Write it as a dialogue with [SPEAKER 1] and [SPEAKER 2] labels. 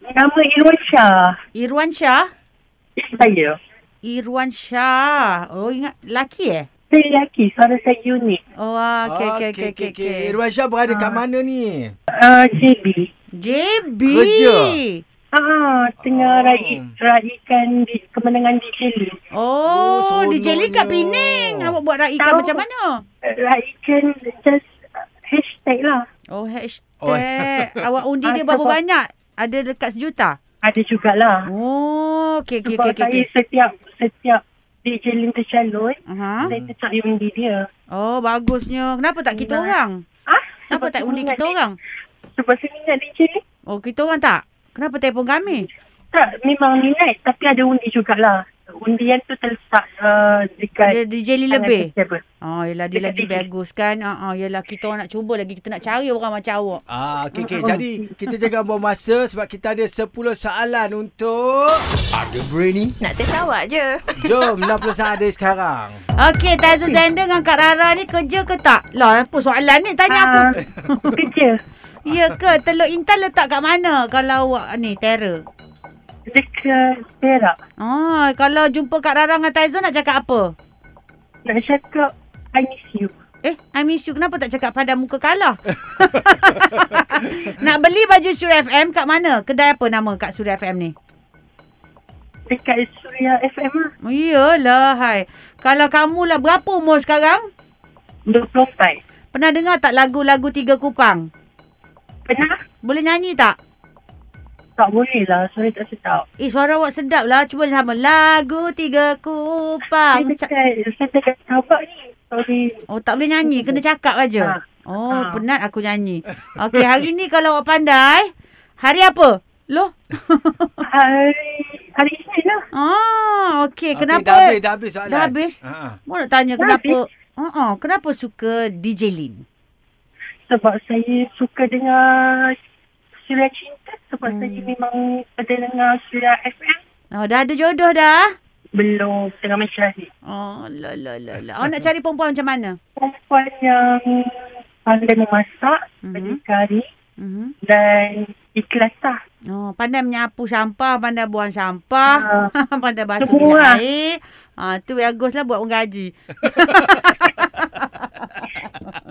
[SPEAKER 1] Nama Irwan Shah.
[SPEAKER 2] Irwan Shah?
[SPEAKER 1] Saya.
[SPEAKER 2] Irwan Shah. Oh ingat laki eh?
[SPEAKER 1] Saya lelaki. Suara saya unik.
[SPEAKER 2] Oh ah, okey okey okey okey. Ah. Okay.
[SPEAKER 3] Irwan Shah berada kat mana ni?
[SPEAKER 1] Uh,
[SPEAKER 2] Ah,
[SPEAKER 1] JB.
[SPEAKER 2] JB.
[SPEAKER 3] Kerja.
[SPEAKER 1] Ah, tengah oh.
[SPEAKER 3] Oh.
[SPEAKER 1] raih, raikan di, kemenangan di Jeli.
[SPEAKER 3] Oh,
[SPEAKER 2] Oh,
[SPEAKER 3] seronoknya.
[SPEAKER 2] di Jelly kat Penang. Awak buat raikan
[SPEAKER 1] Tahu.
[SPEAKER 2] macam mana?
[SPEAKER 1] Raikan just uh, hashtag lah.
[SPEAKER 2] Oh, hashtag.
[SPEAKER 3] Oh.
[SPEAKER 2] Awak undi
[SPEAKER 1] Ah,
[SPEAKER 2] dia berapa
[SPEAKER 1] sebab-
[SPEAKER 2] banyak? Ada dekat sejuta?
[SPEAKER 1] Ada jugalah.
[SPEAKER 2] Oh, okey okey
[SPEAKER 1] Sebab
[SPEAKER 2] okey.
[SPEAKER 1] saya
[SPEAKER 2] Okay,
[SPEAKER 1] setiap setiap di Jeli tercalon,
[SPEAKER 2] Aha.
[SPEAKER 1] saya tetap undi dia.
[SPEAKER 2] Oh, bagusnya. Kenapa tak
[SPEAKER 1] Nah.
[SPEAKER 2] kita orang?
[SPEAKER 1] Ah, sebab
[SPEAKER 2] Kenapa tak
[SPEAKER 1] saya
[SPEAKER 2] undi
[SPEAKER 1] minat
[SPEAKER 2] kita
[SPEAKER 1] di-
[SPEAKER 2] orang?
[SPEAKER 1] Sebab saya minat di Jeli.
[SPEAKER 2] Oh, kita orang tak? Kenapa telefon kami?
[SPEAKER 1] Tak, memang minat tapi ada undi jugalah. Undian tu terletak uh, dekat
[SPEAKER 2] Ada di Jelly
[SPEAKER 1] tangan
[SPEAKER 2] lebih?
[SPEAKER 1] vegetable.
[SPEAKER 2] Oh, yelah dia
[SPEAKER 1] Dekat
[SPEAKER 2] lagi
[SPEAKER 1] TV.
[SPEAKER 2] bagus kan. Ha ah, yelah kita orang nak cuba lagi kita nak cari orang macam awak.
[SPEAKER 3] Ah, okey okey. Jadi kita jaga bom masa sebab kita ada 10 soalan untuk ada brainy.
[SPEAKER 4] Nak test awak je.
[SPEAKER 3] Jom 60 saat dari sekarang.
[SPEAKER 2] Okey, Tazo Zenda dengan Kak Rara ni kerja ke tak? Lah, apa soalan ni? Tanya aku.
[SPEAKER 1] Ah, kerja
[SPEAKER 2] Ya ke? Teluk Intan letak kat mana kalau awak ni terror?
[SPEAKER 1] dekat Perak.
[SPEAKER 2] Ah, kalau jumpa Kak Rara dengan Taizo nak cakap apa?
[SPEAKER 1] Nak cakap I miss you.
[SPEAKER 2] Eh, I miss you. Kenapa tak cakap pada muka kalah? nak beli baju Suria FM kat mana? Kedai apa nama kat Suria FM ni?
[SPEAKER 1] Dekat Suria FM lah.
[SPEAKER 2] Oh, Iyalah, hai. Kalau kamu lah berapa umur sekarang?
[SPEAKER 1] 24.
[SPEAKER 2] Pernah dengar tak lagu-lagu Tiga Kupang?
[SPEAKER 1] Pernah?
[SPEAKER 2] Boleh nyanyi tak?
[SPEAKER 1] Tak boleh lah. Suara tak sedap.
[SPEAKER 2] Eh, suara awak sedap lah. Cuba sama. Lagu Tiga
[SPEAKER 1] Saya
[SPEAKER 2] Kupang. Ca-
[SPEAKER 1] dekat, saya dekat sahabat ni. Sorry.
[SPEAKER 2] oh, tak boleh nyanyi. Kena cakap
[SPEAKER 1] Ha.
[SPEAKER 2] aja. Oh,
[SPEAKER 1] Ha.
[SPEAKER 2] penat aku nyanyi. Okey, hari ni kalau awak pandai, hari apa? Loh?
[SPEAKER 1] Hari, hari Isnin lah.
[SPEAKER 2] Ah, okey.
[SPEAKER 3] Okey,
[SPEAKER 2] Kenapa?
[SPEAKER 3] Dah habis, dah habis soalan.
[SPEAKER 2] Dah habis?
[SPEAKER 3] Ha.
[SPEAKER 2] Mau nak tanya
[SPEAKER 1] Dah
[SPEAKER 2] kenapa uh-uh, kenapa suka DJ Lin?
[SPEAKER 1] Sebab saya suka dengar Suria Cinta. Sebab
[SPEAKER 2] Hmm.
[SPEAKER 1] saya memang ada dengar Suria FM.
[SPEAKER 2] Oh, dah ada jodoh dah.
[SPEAKER 1] Belum. Tengah mencari.
[SPEAKER 2] Oh, la la la la. Awak nak cari perempuan macam mana?
[SPEAKER 1] Perempuan yang pandai memasak,
[SPEAKER 2] Mhm.
[SPEAKER 1] mm-hmm. berdikari
[SPEAKER 2] Mhm.
[SPEAKER 1] dan ikhlas lah.
[SPEAKER 2] Oh, pandai menyapu sampah, pandai buang sampah, pandai basuh
[SPEAKER 1] Semua.
[SPEAKER 2] bilik air. Ah, tu bagus lah buat orang gaji.